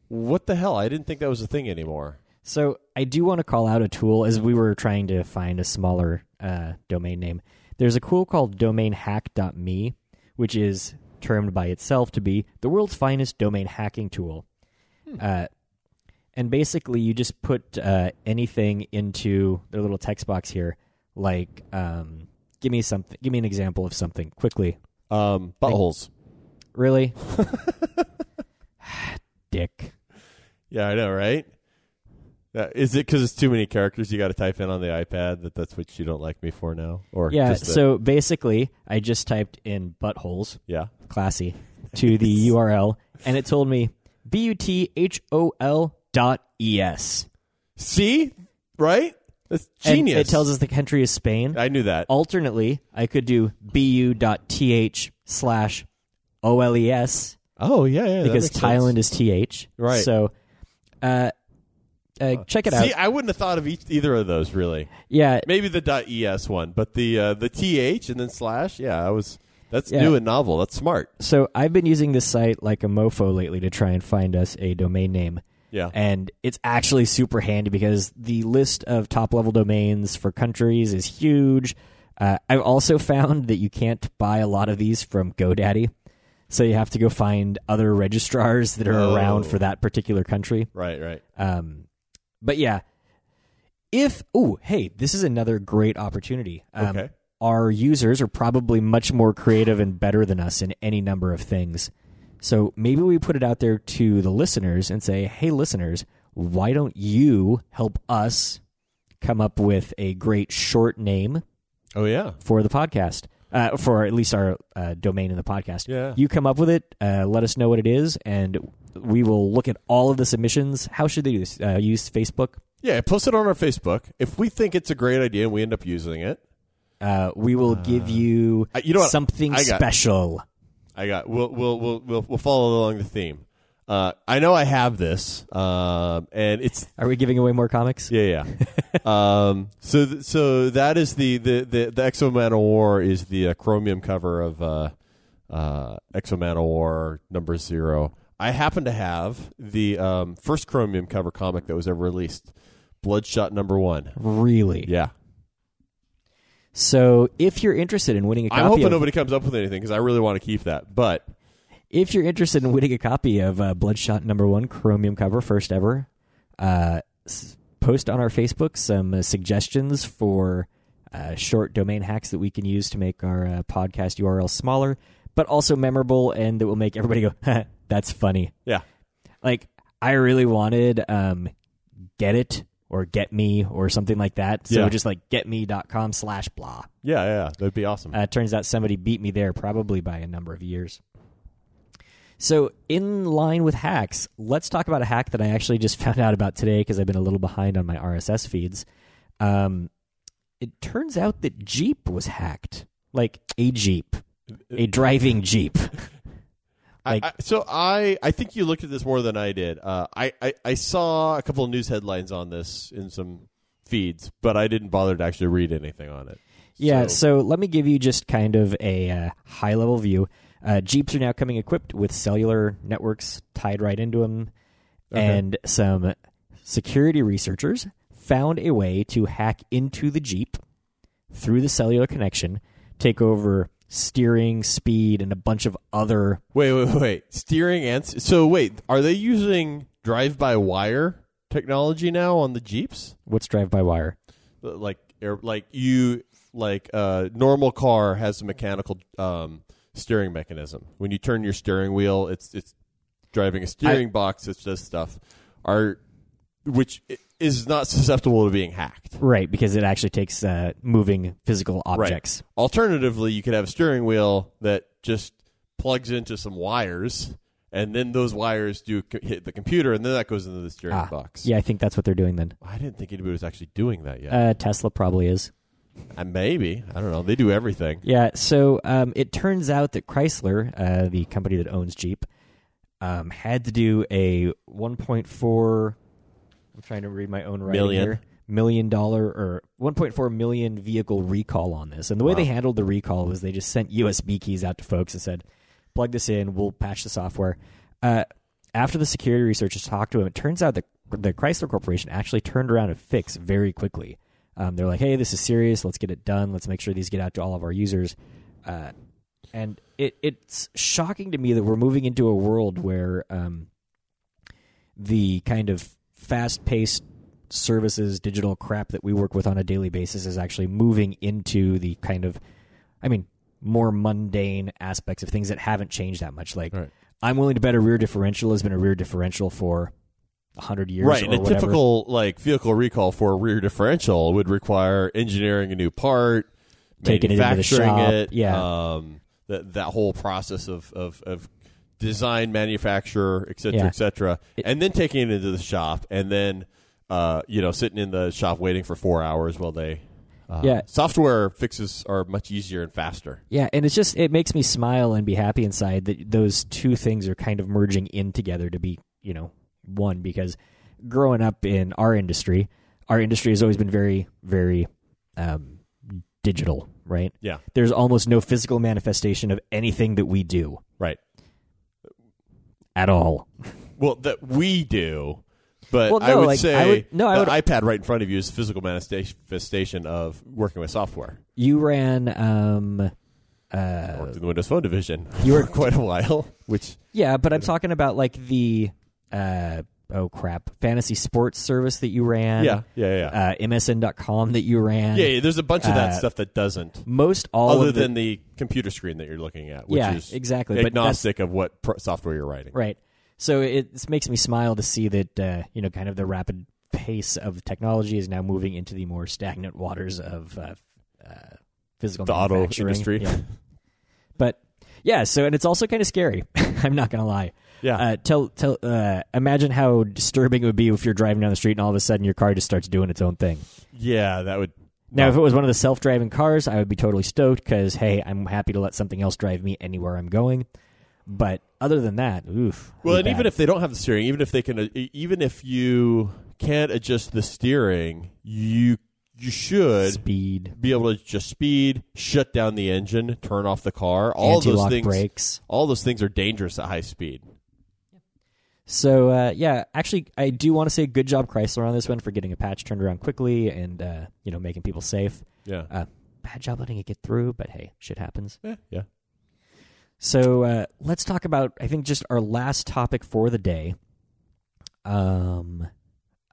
what the hell i didn't think that was a thing anymore So I do want to call out a tool as we were trying to find a smaller uh, domain name. There's a tool called domainhack.me, which is Hmm. termed by itself to be the world's finest domain hacking tool. Uh, And basically, you just put uh, anything into their little text box here, like um, give me something, give me an example of something quickly. Um, buttholes. Really, dick. Yeah, I know, right? Uh, is it because it's too many characters you got to type in on the iPad that that's what you don't like me for now? Or Yeah. just that- So basically, I just typed in buttholes, yeah, classy, to the URL, and it told me b u t h o l dot e s. see, right? That's genius. And it tells us the country is Spain. I knew that. Alternately, I could do bu.th slash oles Oh yeah, yeah. that because makes sense. Thailand is th. Right. So, uh, uh, check it See, out. I wouldn't have thought of each, either of those really. Yeah, Maybe the .es one, but the uh, the th and then slash. Yeah, I was. That's Yeah. new and novel. That's smart. so I've been using this site like a mofo lately to try and find us a domain name. Yeah. And it's actually super handy because the list of top level domains for countries is huge. Uh, I've also found that you can't buy a lot of these from GoDaddy. So you have to go find other registrars that are around Oh. for that particular country. right. Right. Um, but yeah, if oh hey, this is another great opportunity. Um, Okay. Our users are probably much more creative and better than us in any number of things. So maybe we put it out there to the listeners and say, "Hey, listeners, why don't you help us come up with a great short name Oh yeah. for the podcast?" Uh, for at least our uh, domain in the podcast, Yeah. you come up with it. Uh, let us know what it is, and we will look at all of the submissions. How should they do this? Uh, use Facebook. Yeah. Post it on our Facebook. If we think it's a great idea and we end up using it, Uh, we will give you, Uh, you know what? something I got- special. I got. We'll we'll we'll we'll, we'll follow along the theme. Uh, I know I have this, um, and it's Are we giving away more comics? yeah yeah. um, so th- so that is the the the, the Exomanowar War is the uh, chromium cover of uh, uh, Exomanowar War number zero. I happen to have the um, first chromium cover comic that was ever released, Bloodshot number one. Really? Yeah, So if you're interested in winning a copy, I'm hoping of, nobody comes up with anything because I really want to keep that. But if you're interested in winning a copy of uh, Bloodshot Number One, Chromium cover, first ever, uh, s- post on our Facebook some uh, suggestions for uh, short domain hacks that we can use to make our uh, podcast URL smaller, but also memorable, and that will make everybody go, "Haha, "That's funny." yeah, like I really wanted um get it or get me or something like that. So Yeah. just like getme.com slash blah. yeah, yeah, that'd be awesome. Uh, turns out somebody beat me there probably by a number of years. So in line with hacks, let's talk about a hack that I actually just found out about today because I've been a little behind on my RSS feeds. Um, it turns out that Jeep was hacked. Like a Jeep, a driving Jeep. I- Like- I, so I, I think you looked at this more than I did. Uh, I, I, I saw a couple of news headlines on this in some feeds, but I didn't bother to actually read anything on it. Yeah, so, So- let me give you just kind of a uh, high level view. Uh, Jeeps are now coming equipped with cellular networks tied right into them, Okay. and some security researchers found a way to hack into the Jeep through the cellular connection, take over steering, speed, and a bunch of other. Wait, wait, wait, wait. Steering and s- so wait, are they using drive-by-wire technology now on the Jeeps? What's drive by wire? L- Like, air, like you, like uh, normal car has a mechanical um, steering mechanism. When you turn your steering wheel, it's it's driving a steering box. It's just stuff. Are which i- is not susceptible to being hacked. Right, because it actually takes uh, moving physical objects. Alternatively, you could have a steering wheel that just plugs into some wires, and then those wires do co- hit the computer, and then that goes into the steering Ah, box. Yeah, I think that's what they're doing then. I didn't think anybody was actually doing that yet. Uh, Tesla probably is. Uh, maybe I don't know. They do everything. Yeah, so um, it turns out that Chrysler, uh, the company that owns Jeep, um, had to do a 1.4. I'm trying to read my own writing Million. here. Million dollar or 1.4 million vehicle recall on this, and the way they handled the recall was they just sent USB keys out to folks and said, "Plug this in, we'll patch the software." Uh, after the security researchers talked to him, it turns out that the Chrysler Corporation actually turned around a fix very quickly. Um, they're like, "Hey, this is serious. Let's get it done. Let's make sure these get out to all of our users." Uh, and it, it's shocking to me that we're moving into a world where um, the kind of fast paced services, digital crap that we work with on a daily basis is actually moving into the kind of, I mean, more mundane aspects of things that haven't changed that much. Like, Right. I'm willing to bet a rear differential has been a rear differential for 100 years Right, or and a whatever. typical like vehicle recall for a rear differential would require engineering a new part, Taking it into the manufacturing shop, it, yeah. um, that that whole process of of, of design, manufacture, et cetera, Yeah. et cetera, and then taking it into the shop, and then uh, you know sitting in the shop waiting for four hours while they uh, Yeah. software fixes are much easier and faster. Yeah, and it's just it makes me smile and be happy inside that those two things are kind of merging in together to be, you know, one because growing up in our industry, our industry has always been very very um digital, right? Yeah, There's almost no physical manifestation of anything that we do right. at all. Well, that we do, but Well, I no, would like, say I would- no, I the would- iPad right in front of you is a physical manifestation of working with software. You ran um I uh worked in the Windows Phone division You were- for quite a while, which yeah, but I'm talking about like the uh oh crap, fantasy sports service that you ran. yeah, yeah, yeah, Uh, MSN.com that you ran. yeah, yeah. There's a bunch of that uh, stuff that doesn't, most all other of the, than the computer screen that you're looking at, which Yeah, is exactly, but that's- agnostic of what pro- software you're writing. right so it, it makes me smile to see that uh, you know kind of the rapid pace of technology is now moving into the more stagnant waters of uh, uh, physical The auto manufacturing. industry. Yeah. but yeah so and it's also kind of scary i'm not gonna lie Yeah. uh, tell tell uh, imagine how disturbing it would be if you're driving down the street and all of a sudden your car just starts doing its own thing yeah, that would. now Oh. if it was one of the self-driving cars i would be totally stoked because hey i'm happy to let something else drive me anywhere i'm going but other than that oof Well, be and bad. even if they don't have the steering, even if they can, e- even if you can't adjust the steering, you you should speed, be able to just speed, shut down the engine, turn off the car. All those anti-lock things. brakes. All those things are dangerous at high speed. So uh, yeah, actually, I do want to say good job Chrysler on this one for getting a patch turned around quickly and uh, you know making people safe. Yeah. Uh, bad job letting it get through, but hey, shit happens. Yeah. Yeah. So uh, let's talk about I think just our last topic for the day. Um,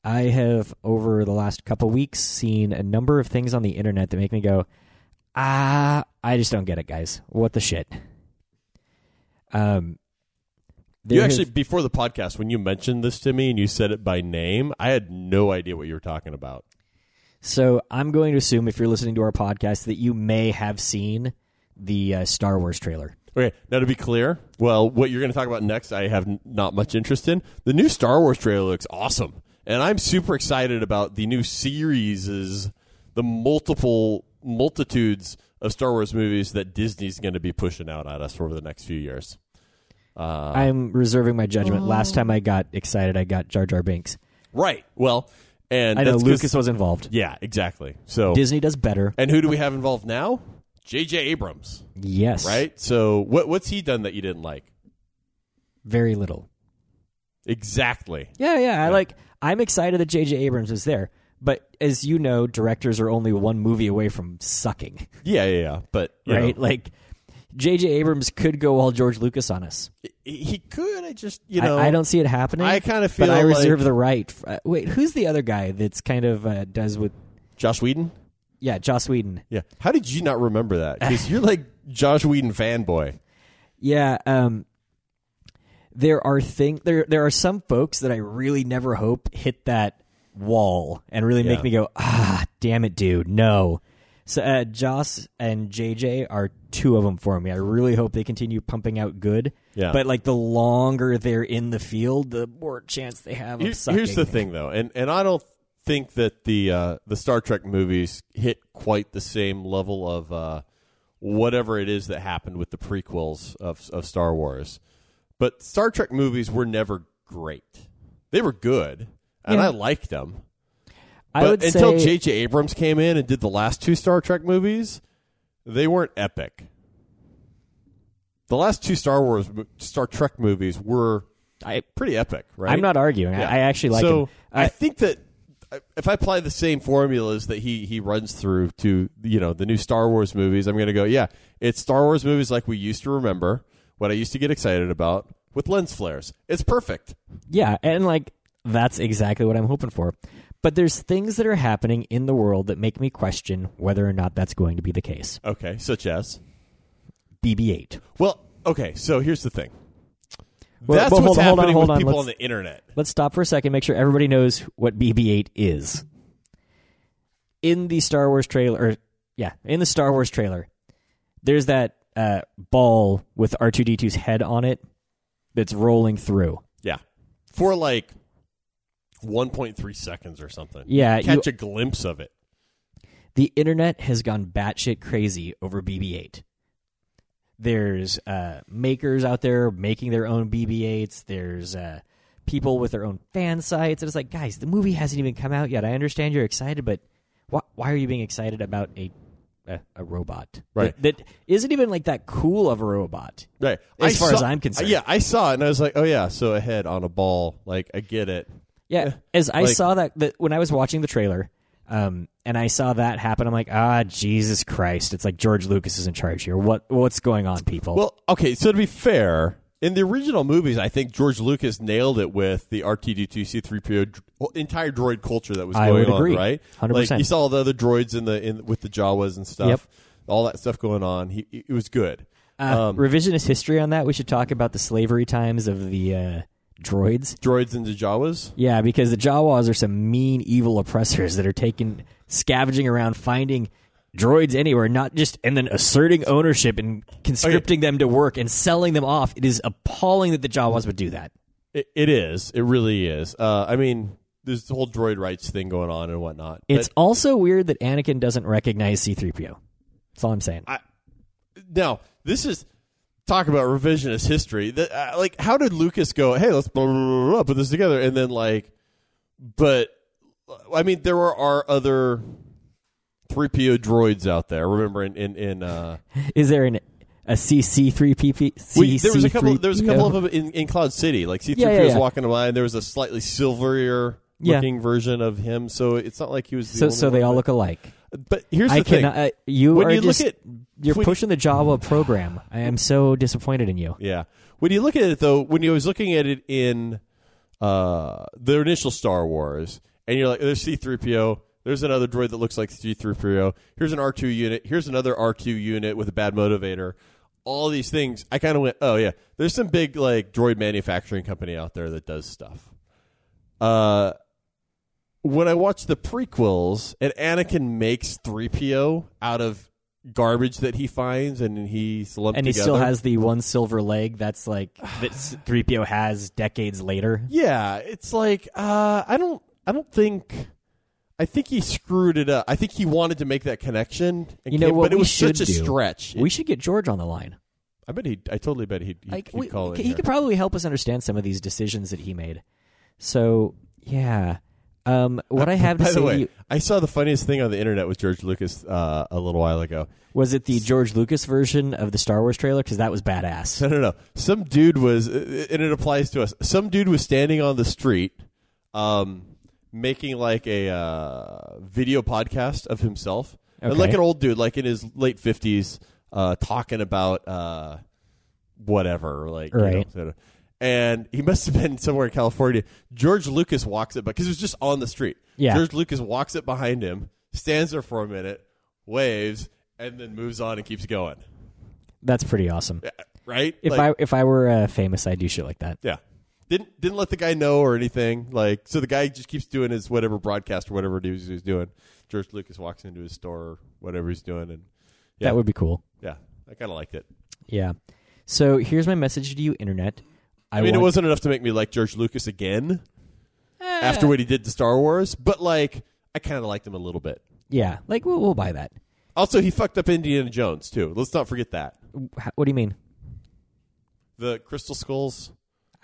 I have over the last couple weeks seen a number of things on the internet that make me go, ah, I just don't get it, guys. What the shit? Um, you there has- actually before the podcast when you mentioned this to me and you said it by name, I had no idea what you were talking about. So I'm going to assume if you're listening to our podcast that you may have seen the uh, Star Wars trailer. Okay, now to be clear, well, what you're going to talk about next, I have n- not much interest in. The new Star Wars trailer looks awesome, and I'm super excited about the new series, the multiple multitudes of Star Wars movies that Disney's going to be pushing out at us over the next few years. Uh, I'm reserving my judgment. Last time I got excited, I got Jar Jar Binks. right. Well, and I know that's 'cause- Lucas was involved. Yeah, exactly. So, Disney does better. and who do we have involved now? J.J. Abrams. Yes. right? So what what's he done that you didn't like? Very little. Exactly. Yeah, yeah. I like I'm excited that JJ Abrams is there. But as you know, directors are only one movie away from sucking, Yeah, yeah, yeah. But you right? know, Like JJ Abrams could go all George Lucas on us. he he could. I just you I- know I, don't see it happening. I kinda but feel I reserve like- the right. f- uh, wait, who's the other guy that's kind of uh, does with? Josh Whedon. Yeah, Joss Whedon. Yeah. How did you not remember that? Because you're like Josh Whedon fanboy. Yeah. Um, there are thing there there are some folks that I really never hope hit that wall and really make Yeah. me go ah damn it dude no. So uh, Joss and JJ are two of them for me. I really hope they continue pumping out good. Yeah. But like the longer they're in the field, the more chance they have of Here- sucking. here's the thing though, and and I don't think that the uh, the Star Trek movies hit quite the same level of uh, whatever it is that happened with the prequels of of Star Wars. But Star Trek movies were never great. They were good, and Yeah. I liked them. I But would until say, J.J. Abrams came in and did the last two Star Trek movies, they weren't epic. The last two Star Wars Star Trek movies were I, pretty epic, right? I'm not arguing. Yeah. I, I actually like so him. I, I think that if I apply the same formulas that he he runs through to you know the new Star Wars movies, I'm going to go yeah, it's Star Wars movies like we used to remember, what I used to get excited about with lens flares. It's perfect. yeah, and like That's exactly what I'm hoping for. But there's things that are happening in the world that make me question whether or not that's going to be the case. Okay, such as BB 8. well, okay. So here's the thing. Well, That's well, hold on, hold on, what's happening hold with on, people on let's- the internet. Let's stop for a second, make sure everybody knows what BB 8 is. In the Star Wars trailer, or yeah, in the Star Wars trailer, there's that uh, ball with R2 D2's head on it that's rolling through. Yeah, for like 1.3 seconds or something. Yeah, you- catch a glimpse of it. the internet has gone batshit crazy over BB-8. There's uh, makers out there making their own BB-8s. There's uh, people with their own fan sites, and it's like, guys, the movie hasn't even come out yet. I understand you're excited, but why, why are you being excited about a a, a robot Right. that, that isn't even like that cool of a robot? Right. As I far saw- as I'm concerned. Yeah, I saw it and I was like, oh yeah, so a head on a ball. Like I get it. Yeah. As I like- saw that, that when I was watching the trailer, um, and I saw that happen, I'm like, ah, Jesus Christ! It's like George Lucas is in charge here. What what's going on, people? Well, okay, so to be fair, in the original movies, I think George Lucas nailed it with the R2D2 C3PO dr- well, entire droid culture that was I going would on, agree. right? 100%. Like you saw all the other droids in the in with the Jawas and stuff. Yep. All that stuff going on. He it was good. Uh, um, revisionist history on that. We should talk about the slavery times of the uh, droids. droids and the Jawas? Yeah, because the Jawas are some mean, evil oppressors that are taking scavenging around, finding droids anywhere, not just and then asserting ownership and conscripting them to work and selling them off. It is appalling that the Jawas would do that. It, it is. It really is. Uh, I mean, there's the whole droid rights thing going on and whatnot. but- It's also weird that Anakin doesn't recognize C-3PO. That's all I'm saying. Now, this is talk about revisionist history. That uh, like, how did Lucas go? Hey, let's blah, blah, blah, blah, put this together, and then like, but uh, I mean, there are, are other three PO droids out there. Remember in in, in uh, Is there an a CC3PP? we, there was a couple. CC3PO? There was a couple of them in, in Cloud City. Like C three Yeah, PO yeah, was yeah. walking by, and there was a slightly silverier. Yeah. Looking version of him, so it's not like he was. The so only so they one. all look alike. But here's the I thing: cannot. Uh, you when are you just look at you're when- pushing the Java program. I am so disappointed in you. Yeah. When you look at it though, when you was looking at it in uh the initial Star Wars, and you're like, there's C three PO, there's another droid that looks like C three PO, here's an R two unit, here's another R two unit with a bad motivator. All these things, I kind of went, oh yeah, there's some big like droid manufacturing company out there that does stuff. Uh, when I watched the prequels and Anakin makes three PO out of garbage that he finds and he lumped And he together, still has the one silver leg. That's like that 3PO has decades later. Yeah, it's like uh, I don't, I don't think. I think he screwed it up. I think he wanted to make that connection. And You know came- what But it we was should such a do? stretch. We should get George on the line. I bet he. I totally bet he'd, he'd, Like, he'd we- call in he here. could probably help us understand some of these decisions that he made. So yeah, um, what I have to Uh, By say the to way, you- I saw the funniest thing on the internet with George Lucas uh, a little while ago. was it the George Lucas version of the Star Wars trailer because that was badass. No, no, no. Some dude was, and it applies to us. Some dude was standing on the street, um, making like a uh, video podcast of himself, and Okay. like an old dude, like in his late fifties, uh, talking about uh, whatever, like you know, Right. sort of. and he must have been somewhere in California. George Lucas walks it, because it was just on the street. Yeah. George Lucas walks it behind him, stands there for a minute, waves, and then moves on and keeps going. Uh, That's pretty awesome. Right? If Like- I if I were uh, famous, I'd do shit like that. Yeah. Didn't didn't let the guy know or anything. Like so the guy just keeps doing his whatever broadcast or whatever it is he's doing. George Lucas walks into his store or whatever he's doing and Yeah. That would be cool. yeah, I kinda liked it. Yeah. So here's my message to you, internet. I, mean it want- wasn't enough to make me like George Lucas again after what he did to Star Wars, but like I kinda liked him a little bit. Yeah, like we'll, we'll buy that. Also he fucked up Indiana Jones too. Let's not forget that. Wh- What do you mean? The crystal skulls.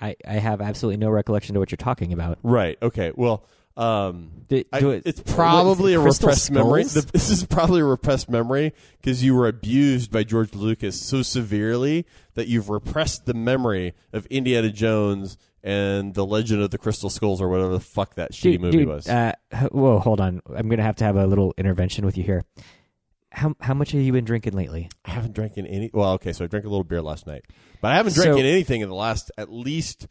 I, I have absolutely no recollection to what you're talking about. Right. Okay. Well, um, Do- I- do it- it's probably what- a Crystal repressed memory. Skulls? The- this is probably a repressed memory because you were abused by George Lucas so severely that you've repressed the memory of Indiana Jones and the Legend of the Crystal Skulls or whatever the fuck that shitty dude, movie dude, was. Uh, h- whoa, hold on. I'm gonna have to have a little intervention with you here. How how much have you been drinking lately? I haven't drank in any. Well, okay, so I drank a little beer last night, but I haven't drank So- in anything in the last at least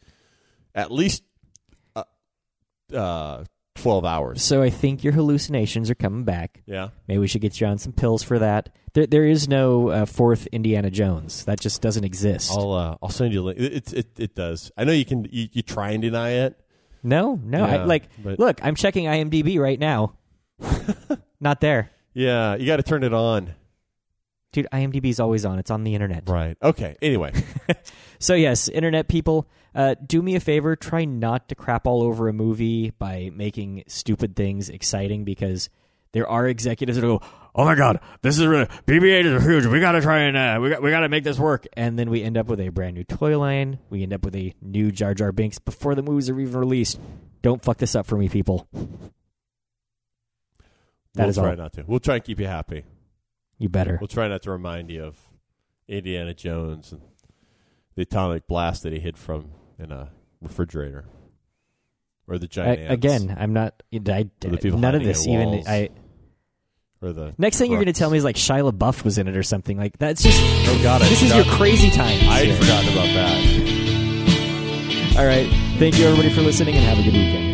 at least uh, uh, twelve hours. So I think your hallucinations are coming back. Yeah. Maybe we should get you on some pills for that. There, there is no uh, fourth Indiana Jones. That just doesn't exist. I'll uh, I'll send you a link. It, it it it does. I know you can you, you try and deny it. no, no. I, Yeah, like, but- look, I'm checking IMDb right now. Not there, Yeah, you got to turn it on. dude. IMDb is always on. It's on the internet. Right. Okay. Anyway, So yes, internet people, uh, do me a favor. Try not to crap all over a movie by making stupid things exciting because there are executives that go, "Oh my god, this is really, BB-8 is huge. We gotta try and uh, we got, we gotta make this work." And then we end up with a brand new toy line. We end up with a new Jar Jar Binks before the movies are even released. Don't fuck this up for me, people. That we'll is try all. not to. We'll try and keep you happy. You better. We'll try not to remind you of Indiana Jones and the atomic blast that he hid from in a refrigerator, or the I, giant ants. again, I'm not. I, For the people none of hiding in this even. walls. I or the next thing you're gonna Brooks. tell me is like Shia LaBeouf was in it or something. Like that's just. Oh God, I This is your forgot- crazy time. I had forgotten about that. All right. Thank you, everybody, for listening, and have a good weekend.